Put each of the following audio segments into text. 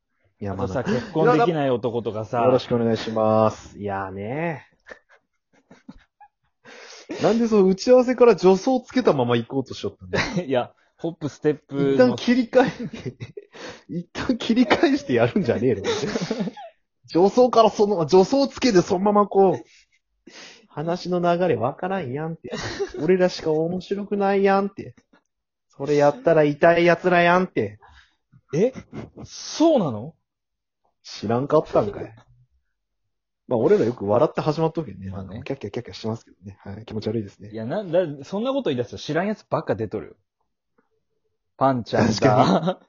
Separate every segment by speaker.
Speaker 1: あ
Speaker 2: 山
Speaker 1: とさ、
Speaker 2: 田。
Speaker 1: 結婚できない男とかさ、
Speaker 2: よろしくお願いします。いやーねなんでその打ち合わせから助走つけたまま行こうとしよったんだ
Speaker 1: いや、ホップ、ステップ
Speaker 2: 一
Speaker 1: の
Speaker 2: 旦切り替え、一旦切り返してやるんじゃねえの助走からその、助走つけてそのままこう、話の流れわからんやんって。俺らしか面白くないやんって。それやったら痛い奴らやんって。
Speaker 1: えそうなの
Speaker 2: 知らんかったんか い。まあ俺らよく笑って始まっとるけどね。
Speaker 1: まあね
Speaker 2: あのキャッキャキャッキャしてますけどね。はい、気持ち悪いです
Speaker 1: い
Speaker 2: ね。
Speaker 1: や、なんだ、そんなこと言い出したら知らんやつばっか出とるよ。パンちゃん
Speaker 2: 確か
Speaker 1: だ、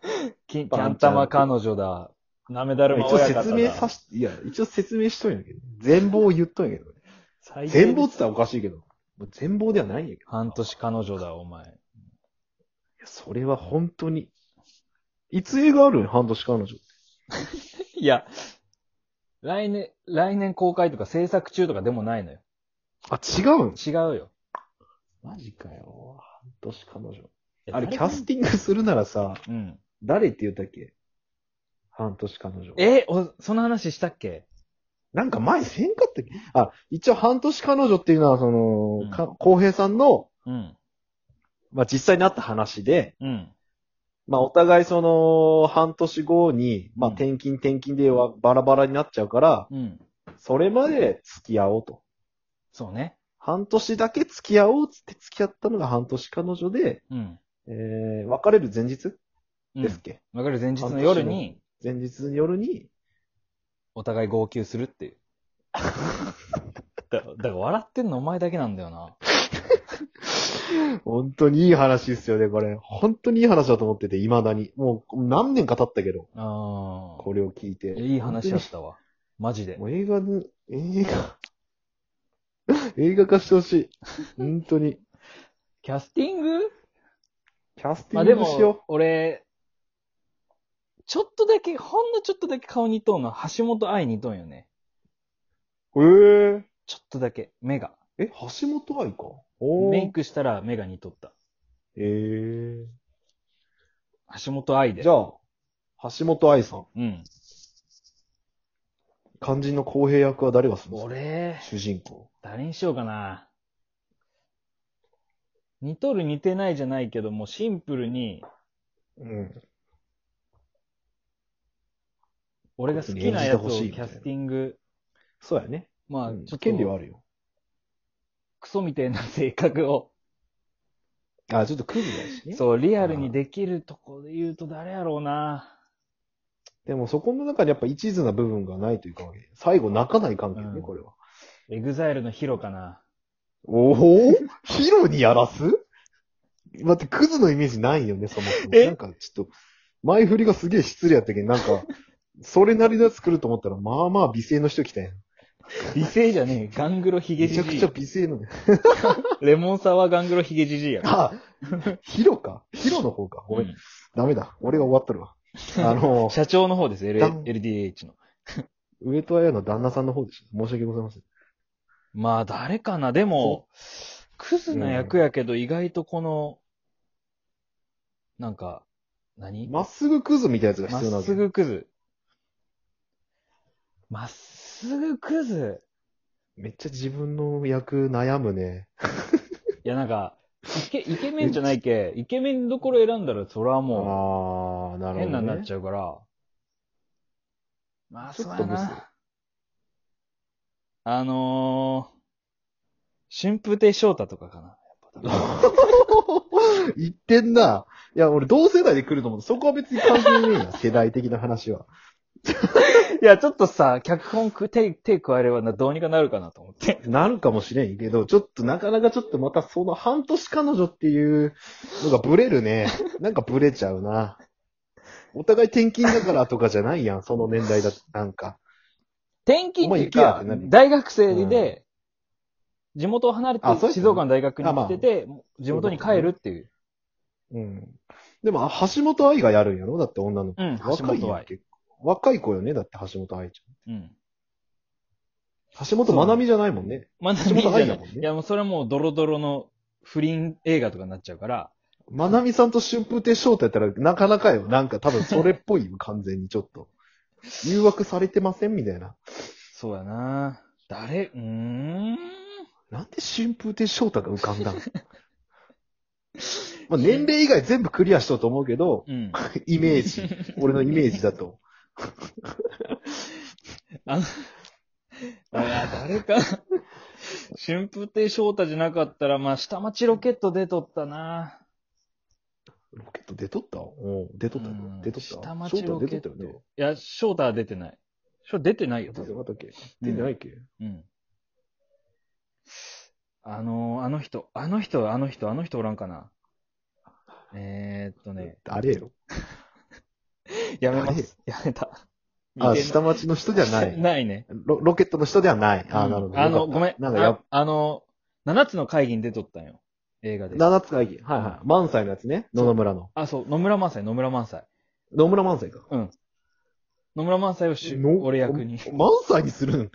Speaker 1: キンキ
Speaker 2: パンちゃ
Speaker 1: ャ
Speaker 2: ん
Speaker 1: ン玉彼女だ、なめだるま
Speaker 2: 一応
Speaker 1: 親方だ。
Speaker 2: 説明さし、いや、一応説明しとんやけど。全貌を言っとんやけどね。
Speaker 1: 最低
Speaker 2: 全貌って言ったらおかしいけど。もう全貌ではないんやけど。
Speaker 1: 半年彼女だ、お前。
Speaker 2: いやそれは本当に。いつ映画あるん半年彼女。
Speaker 1: いや、来年、来年公開とか制作中とかでもないのよ。
Speaker 2: あ、違うん
Speaker 1: 違うよ。
Speaker 2: マジかよ。半年彼女。
Speaker 1: え
Speaker 2: あれ、キャス
Speaker 1: 誰
Speaker 2: ティングするならさ、
Speaker 1: うん。
Speaker 2: 誰って言ったっけ半年彼女。
Speaker 1: え、お、その話したっけ
Speaker 2: なんか前せんかったっけあ、一応半年彼女っていうのは、その、
Speaker 1: うん
Speaker 2: か、浩平さんの、
Speaker 1: うん。
Speaker 2: まあ、実際になった話で、
Speaker 1: うん。
Speaker 2: まあ、お互いその、半年後に、まあ、
Speaker 1: うん
Speaker 2: 転勤転勤ではバラバラになっちゃうから、
Speaker 1: うん。
Speaker 2: それまで付き合おうと。
Speaker 1: そうね。
Speaker 2: 半年だけ付き合おうっつって付き合ったのが半年彼女で、
Speaker 1: うん。
Speaker 2: えー、別れる前日
Speaker 1: うん
Speaker 2: ですっけ、
Speaker 1: わかる前日の夜に、
Speaker 2: 前日の夜に、
Speaker 1: お互い号泣するっていう。だだから笑ってんのお前だけなんだよな。
Speaker 2: 本当にいい話ですよね、これ。本当にいい話だと思ってて、未だに。もう何年か経ったけど、
Speaker 1: あ
Speaker 2: これを聞いて。
Speaker 1: あ。いい話だったわ。マジで。
Speaker 2: もう映画の、映画、映画化してほしい。本当に。
Speaker 1: キャスティング
Speaker 2: キャステ
Speaker 1: ま
Speaker 2: ィ
Speaker 1: あで
Speaker 2: ングしよ
Speaker 1: も、俺、ちょっとだけ、ほんのちょっとだけ顔似とんの、橋本愛似とんよね。
Speaker 2: う。えー、
Speaker 1: ちょっとだけ、目が。
Speaker 2: え、橋本愛か。お
Speaker 1: メイ
Speaker 2: ー。
Speaker 1: クしたら目が似とった。
Speaker 2: えー。
Speaker 1: 橋本愛で。
Speaker 2: じゃあ、橋本愛さん。
Speaker 1: うん。
Speaker 2: 肝心の公平役は誰がするんですか
Speaker 1: 俺、
Speaker 2: 主人公。
Speaker 1: 誰にしようかな。似とる似てないじゃないけど、もうシンプルに、
Speaker 2: うん。
Speaker 1: 俺が好きなやつをキャスティング、
Speaker 2: そうやね。
Speaker 1: まあ、
Speaker 2: う
Speaker 1: ちょ
Speaker 2: ん
Speaker 1: っと、
Speaker 2: 権利はあるよ。
Speaker 1: クソみたいな性格を、
Speaker 2: あ、ちょっとクズだしね。
Speaker 1: そう、リアルにできるとこで言うと誰やろうな。
Speaker 2: でもそこの中にやっぱ一途な部分がないというか、最後泣かない関係ね、
Speaker 1: うん
Speaker 2: これは。
Speaker 1: エグザイルのヒロかな。
Speaker 2: おおヒロにやらす待って、クズのイメージないよね、そもそも。
Speaker 1: え
Speaker 2: なんかちょっと、前振りがすげえ失礼やったけど、なんか、それなりのやつ来ると思ったら、まあまあ美声の人来たやん。
Speaker 1: 美声じゃねえ、ガングロヒゲ
Speaker 2: めち
Speaker 1: ジ
Speaker 2: ゃく
Speaker 1: ジ
Speaker 2: ちゃ
Speaker 1: イ。
Speaker 2: 美声の。
Speaker 1: レモンサワーガングロヒゲジジイや。
Speaker 2: あ、ヒロか。ヒロの方か。ごめん。
Speaker 1: うん
Speaker 2: ダメだ。俺が終わっとるわ。あの
Speaker 1: 社長の方です、L-
Speaker 2: ダン
Speaker 1: LDH の。
Speaker 2: 上戸彩の旦那さんの方でした。申し訳ございません。
Speaker 1: まあ、誰かな。でも、クズな役やけど、意外とこの、なんか、何
Speaker 2: まっすぐクズみたいなやつが
Speaker 1: ま
Speaker 2: 必要な
Speaker 1: っ
Speaker 2: んです
Speaker 1: す
Speaker 2: よ。
Speaker 1: ぐクズ。まっすぐクズ。
Speaker 2: めっちゃ自分の役悩むね。
Speaker 1: いや、なんか、イ ケ、イケメンじゃないけ、イケメンどころ選んだら、それはも
Speaker 2: ああ、な
Speaker 1: う、
Speaker 2: るほど、ね。
Speaker 1: 変なになっちゃうから。まあ、
Speaker 2: ちょ
Speaker 1: そ
Speaker 2: っ
Speaker 1: う
Speaker 2: と
Speaker 1: や
Speaker 2: ブス
Speaker 1: な。あのー、春風亭昇太とかかな。やっぱ多分
Speaker 2: 言ってんな。いや、俺同世代で来ると思う。そこは別に関係ねえな。世代的な話は。
Speaker 1: いや、ちょっとさ、脚本く手、手加えればな、どうにかなるかなと思って。
Speaker 2: なるかもしれんけど、ちょっとなかなかちょっとまたその半年彼女っていうのがブレるね。なんかブレちゃうな。お互い転勤だからとかじゃないやん。その年代だと。なんか。
Speaker 1: 転勤っていう
Speaker 2: お前行けやっ
Speaker 1: か
Speaker 2: てなる、
Speaker 1: 大学生で、地元を離れて
Speaker 2: あそうですね
Speaker 1: 静岡の大学に来てて、地元に帰るっていう。
Speaker 2: うん。でも、あ橋本愛がやるんやろだって女の子。
Speaker 1: うん
Speaker 2: 若いよ
Speaker 1: 橋本愛
Speaker 2: 結構若い子よねだって橋本愛ち
Speaker 1: うん。
Speaker 2: ゃん。橋本まなみじゃないもんね。
Speaker 1: まあ、
Speaker 2: 橋本愛だもんね
Speaker 1: いや、もうそれはもうドロドロの不倫映画とかになっちゃうから、
Speaker 2: まなみさんと春風亭昇太やったらなかなかよ。なんか多分それっぽいよ、完全にちょっと。誘惑されてませんみたいな。
Speaker 1: そうやな。誰うー
Speaker 2: なん
Speaker 1: ん。
Speaker 2: で春風亭昇太が浮かんだのまあ年齢以外全部クリアしとうと思うけど、
Speaker 1: うん。
Speaker 2: イメージ。俺のイメージだと。
Speaker 1: あの、あ 誰か、春風亭昇太じゃなかったら、まあ、下町ロケット出とったな。
Speaker 2: ロケット出とったおう出とったよ
Speaker 1: うん
Speaker 2: 出とった
Speaker 1: 下町ロ
Speaker 2: 翔太出
Speaker 1: ケッ
Speaker 2: と
Speaker 1: ト。
Speaker 2: ったよね。
Speaker 1: いや、翔太は出てない。翔出てないよ、
Speaker 2: 出
Speaker 1: 多
Speaker 2: てな
Speaker 1: 分。
Speaker 2: かったっけ出てないっけ
Speaker 1: うん。あのー、あの人、あの人、あの人、あの人おらんかな。えー、っとね、
Speaker 2: あれよ。
Speaker 1: やめます。やめた。
Speaker 2: あ、
Speaker 1: 見て
Speaker 2: 下町の人じゃない。
Speaker 1: ないね。
Speaker 2: ロロケットの人ではない。あ、なるほど。
Speaker 1: あ
Speaker 2: よ
Speaker 1: の、
Speaker 2: かった
Speaker 1: ごめん。
Speaker 2: なんかやっ
Speaker 1: あ、あの、7つの会議に出とったんよ。映画で。
Speaker 2: 七つ会議。はいはい。満載のやつね。野々村の。
Speaker 1: あ、そう、野村萬斎、野村萬斎。
Speaker 2: 野村満載か。
Speaker 1: 野村萬斎をし
Speaker 2: の
Speaker 1: 俺役に。
Speaker 2: 満載にするん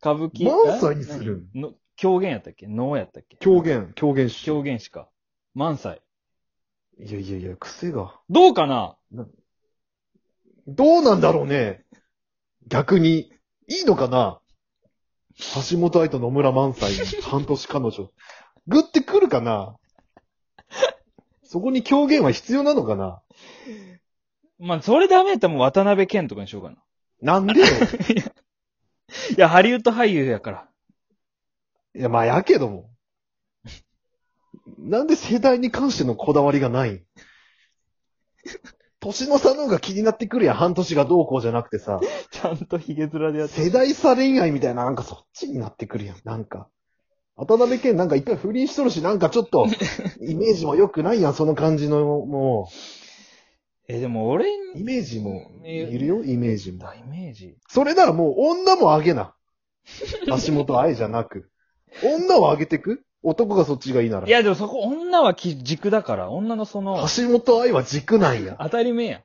Speaker 1: 歌舞伎。
Speaker 2: 満載にするん
Speaker 1: あ何の狂言やったっけ能やったっけ
Speaker 2: 狂言、狂言師。
Speaker 1: 狂言師か。萬斎。
Speaker 2: いやいやいや、癖が。
Speaker 1: どうかな
Speaker 2: どうなんだろうね。逆に。いいのかな橋本愛と野村満載、半年彼女。グってくるかなそこに狂言は必要なのかな
Speaker 1: まあ、それダメやったらもう渡辺謙とかにしようか
Speaker 2: な
Speaker 1: な。
Speaker 2: んでよ。
Speaker 1: いや、ハリウッド俳優やから。
Speaker 2: いや、まあ、やけども。なんで世代に関してのこだわりがない年の差の方が気になってくるやん。半年がどうこうじゃなくてさ。
Speaker 1: ちゃんとヒゲ面でやって。
Speaker 2: 世代差恋愛みたいな、なんかそっちになってくるやん。なんか。渡辺謙なんか一回不倫しとるし、なんかちょっと、イメージも良くないやん、その感じの、も
Speaker 1: え、でも俺
Speaker 2: う。
Speaker 1: に、
Speaker 2: イメージも、いるよ、イメージも。
Speaker 1: イメージ。
Speaker 2: それならもう、女もあげな。橋本愛じゃなく。女をあげてく男がそっちがいいなら
Speaker 1: い。や、でもそこ、女はき軸だから、女のその、
Speaker 2: 橋本愛は軸なんや。
Speaker 1: 当たり前やん。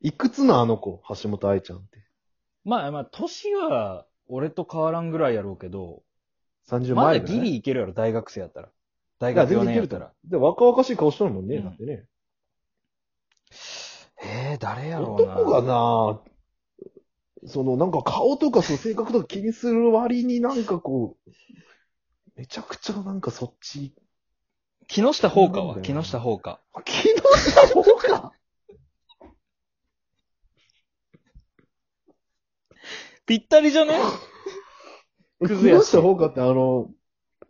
Speaker 2: いくつなあの子、橋本愛ちゃんって。
Speaker 1: まあまあ、年は、俺と変わらんぐらいやろうけど、
Speaker 2: 30
Speaker 1: まだ
Speaker 2: 前ぐらい
Speaker 1: ギリいけるやろ、大学生やったら。大学4年やったら。
Speaker 2: で、若々しい顔しとるもんね、
Speaker 1: うん
Speaker 2: だってね。
Speaker 1: えー、誰やろうな。
Speaker 2: 男がなそのなんか顔とかそう性格とか気にする割になんかこう、めちゃくちゃなんかそっち、
Speaker 1: 木下ほ香
Speaker 2: なん
Speaker 1: は、
Speaker 2: だよな
Speaker 1: 木下ほ香。
Speaker 2: 気のした方が、
Speaker 1: ぴったりじゃね
Speaker 2: 気
Speaker 1: 崩れや
Speaker 2: の
Speaker 1: すい
Speaker 2: した方がってあの、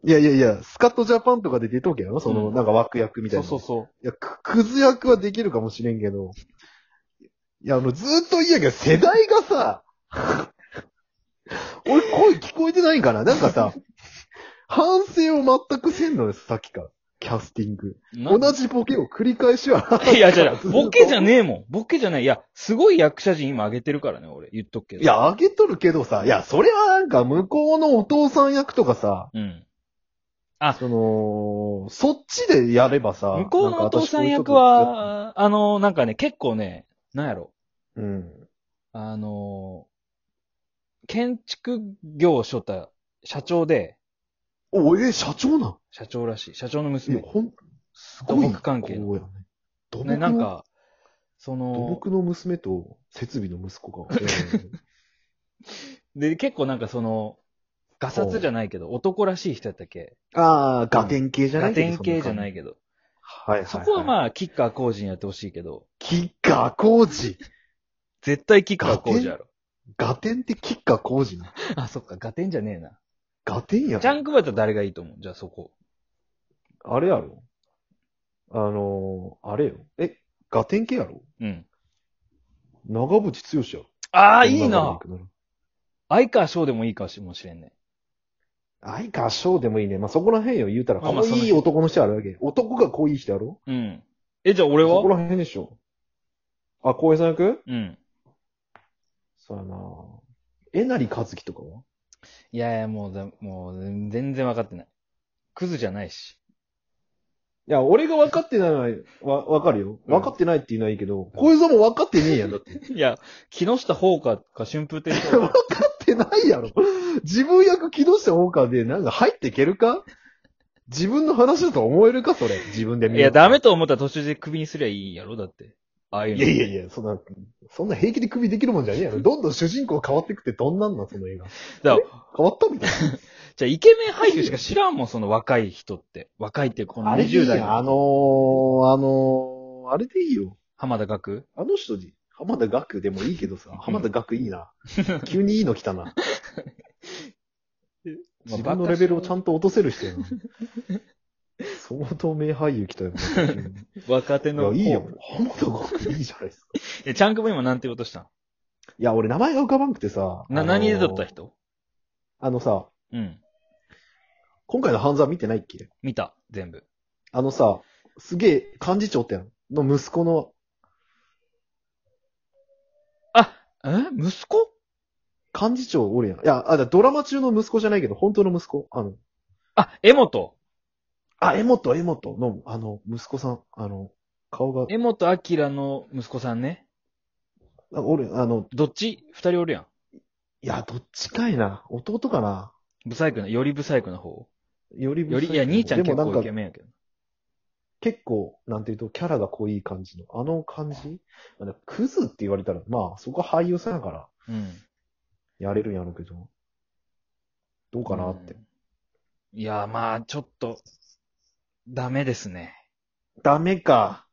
Speaker 2: いやいやいや、スカットジャパンとかで出とけやろその、
Speaker 1: うん
Speaker 2: なんか枠役みたい
Speaker 1: そう
Speaker 2: な。
Speaker 1: そうそう。
Speaker 2: いや、く、クズ役はできるかもしれんけど、いや、あの、ずーっと言いやけど、世代がさ、 俺声聞こえてないんかななんか さ、反省を全くせんのです、さっきから。キャスティング。
Speaker 1: な
Speaker 2: 同じボケを繰り返しは。
Speaker 1: いや、じゃあ、 ボケじゃ
Speaker 2: ん。
Speaker 1: ねえもん。ボケじゃない。いや、すごい役者陣今上げてるからね、俺。言っとくけど。
Speaker 2: い。や、あげとるけどさ、いや、それはなんか向こうのお父さん役とかさ、
Speaker 1: うん。
Speaker 2: その、そっちでやればさ、
Speaker 1: 向こうのお父さん役
Speaker 2: なんか私こういう
Speaker 1: は、あの、なんかね、結構ね、なんやろ、
Speaker 2: 人と、うん。
Speaker 1: あの、建築業をしとった社長で、
Speaker 2: お、え、社長なん
Speaker 1: 社長らしい、社長の
Speaker 2: いや、
Speaker 1: 娘、
Speaker 2: ほん、す
Speaker 1: 土木関係の。
Speaker 2: こうやね。土木の
Speaker 1: ね、なんか、そ
Speaker 2: 土
Speaker 1: の、
Speaker 2: 木の娘と設備の息子が。
Speaker 1: で、結構なんかその、 ガサツじゃないけど、男らしい人やったっけ
Speaker 2: ああ、ガテン系じゃな
Speaker 1: ガ
Speaker 2: い
Speaker 1: テン系じゃない
Speaker 2: け
Speaker 1: けど。
Speaker 2: ど。はいはい、はい。
Speaker 1: そこは
Speaker 2: あ。
Speaker 1: まあ、キッカー工事にやってほしいけど、
Speaker 2: キッカー工事。
Speaker 1: 絶対キッカー工事やろ。
Speaker 2: ガテンってキッカー工事な。
Speaker 1: あ、そっか、ガテンじゃねえな。
Speaker 2: ガテンやろ
Speaker 1: ジャンクバやったら誰がいいと思うじゃあそこ。
Speaker 2: あれやろあのー、あれよ。え、ガテン系やろ
Speaker 1: うん。
Speaker 2: 長渕剛やろ
Speaker 1: あ
Speaker 2: あ
Speaker 1: あ、いいな。相川翔でもいいかもしれんね。
Speaker 2: 相川翔でもいいね。まあ、そこら辺よ、言うたら。
Speaker 1: ま
Speaker 2: か
Speaker 1: あま
Speaker 2: わ
Speaker 1: あ
Speaker 2: いい男の人あるわけ。男がこういい人やろ
Speaker 1: うん。え、じゃあ俺
Speaker 2: そこ
Speaker 1: は
Speaker 2: ら辺でしょ。あ、浩平さん役
Speaker 1: うん。
Speaker 2: そうやなえなりかずきとかはい
Speaker 1: やいや、もうだ、もう、全然分かってない。クズじゃないし。
Speaker 2: いや、俺が分かってないのは、わ、分かるよ。
Speaker 1: うん
Speaker 2: 分かってないっていうのはいいけど、小遊三も分かってねえやん。だって。
Speaker 1: いや、木下ほ香か春風亭昇
Speaker 2: 分
Speaker 1: 太
Speaker 2: かってないやろ。自分役起動した方かで、なんか入っていけるか自分の話だと思えるかそれ。自分で見
Speaker 1: い
Speaker 2: る
Speaker 1: や、ダメと思ったら途中でクビにすりゃいいんやろだって。ああいう
Speaker 2: い
Speaker 1: の。
Speaker 2: やいやいや、そんな、そんな平気で首できるもんじゃねえやろ。どんどん主人公変わってくってどんなんだ、その映画。
Speaker 1: だから
Speaker 2: 変わったみたい
Speaker 1: じゃあ、イケメン俳優しか知らんもん、その若い人って。若いっていうかこの
Speaker 2: な。あれでいい
Speaker 1: 20代
Speaker 2: やんあ
Speaker 1: の
Speaker 2: のー、あのー、あれでいいよ。
Speaker 1: 浜田学
Speaker 2: あの人に、浜田学でもいいけどさ、浜田学いいな。急にいいの来たな。自分のレベルをちゃ
Speaker 1: ん
Speaker 2: んと落とせる人やな。相当名俳優来 たよ。い
Speaker 1: と。若手
Speaker 2: や、
Speaker 1: の。
Speaker 2: いいよ。。浜田学いいじゃないですか。
Speaker 1: え、チャンクも今なんて言おうとしたん
Speaker 2: いや、俺名前が浮かばんくてさ。
Speaker 1: な、
Speaker 2: あのー
Speaker 1: 何で撮った人
Speaker 2: あのさ、
Speaker 1: うん。
Speaker 2: 今回の半沢見てないっけ
Speaker 1: 見た、全部。
Speaker 2: あのさ、すげえ幹事長ってやん。の息子の
Speaker 1: あ、え息子
Speaker 2: 幹事長おるやん。いや、あ、だドラマ中の息子じゃないけど、本当の息子。あの、
Speaker 1: あ、江本。
Speaker 2: あ、江本、江本の、あの、息子さん、あの、顔が、
Speaker 1: 江本明の息子さんね。
Speaker 2: あおる、あの、
Speaker 1: どっち二人おるやん。
Speaker 2: いや、どっちかいな。弟かな。
Speaker 1: ブサイクな、よりブサイクな方。
Speaker 2: より、
Speaker 1: より、いや、兄ちゃ
Speaker 2: で
Speaker 1: ん結
Speaker 2: もなん
Speaker 1: 構
Speaker 2: か
Speaker 1: イケ、メンやけど。
Speaker 2: 結構、なんていうと、キャラが濃い感じの、あの感じあのクズって言われたら、まあ、そこは俳優さんやから、
Speaker 1: うん。
Speaker 2: やれるんやろうけど、どうかなって。
Speaker 1: うん。いや、まあ、ちょっと、ダメですね。
Speaker 2: ダメか。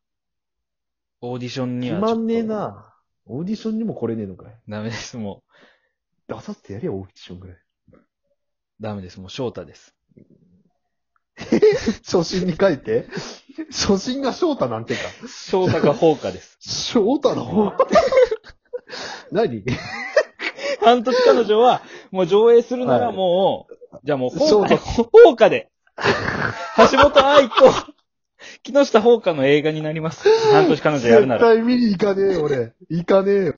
Speaker 1: オーディションに
Speaker 2: 決
Speaker 1: はちょっと。
Speaker 2: まんねえ。な。オーディションにも来れねえのかい。
Speaker 1: ダメです、も
Speaker 2: 出させてやれよ、オーディションぐらい。
Speaker 1: う。ダメです、もう翔太です。
Speaker 2: 初心に書いて。初心が翔太なんてか。
Speaker 1: 翔太か放火です。
Speaker 2: 翔太の方何
Speaker 1: 半年彼女は、もう上映するならもう、じゃあもう放火で、放火で。橋本愛と、 木下放火の映画になります。半年彼女やるな
Speaker 2: 絶
Speaker 1: ら。
Speaker 2: 対見に行かねえよ、俺。行かねえよ。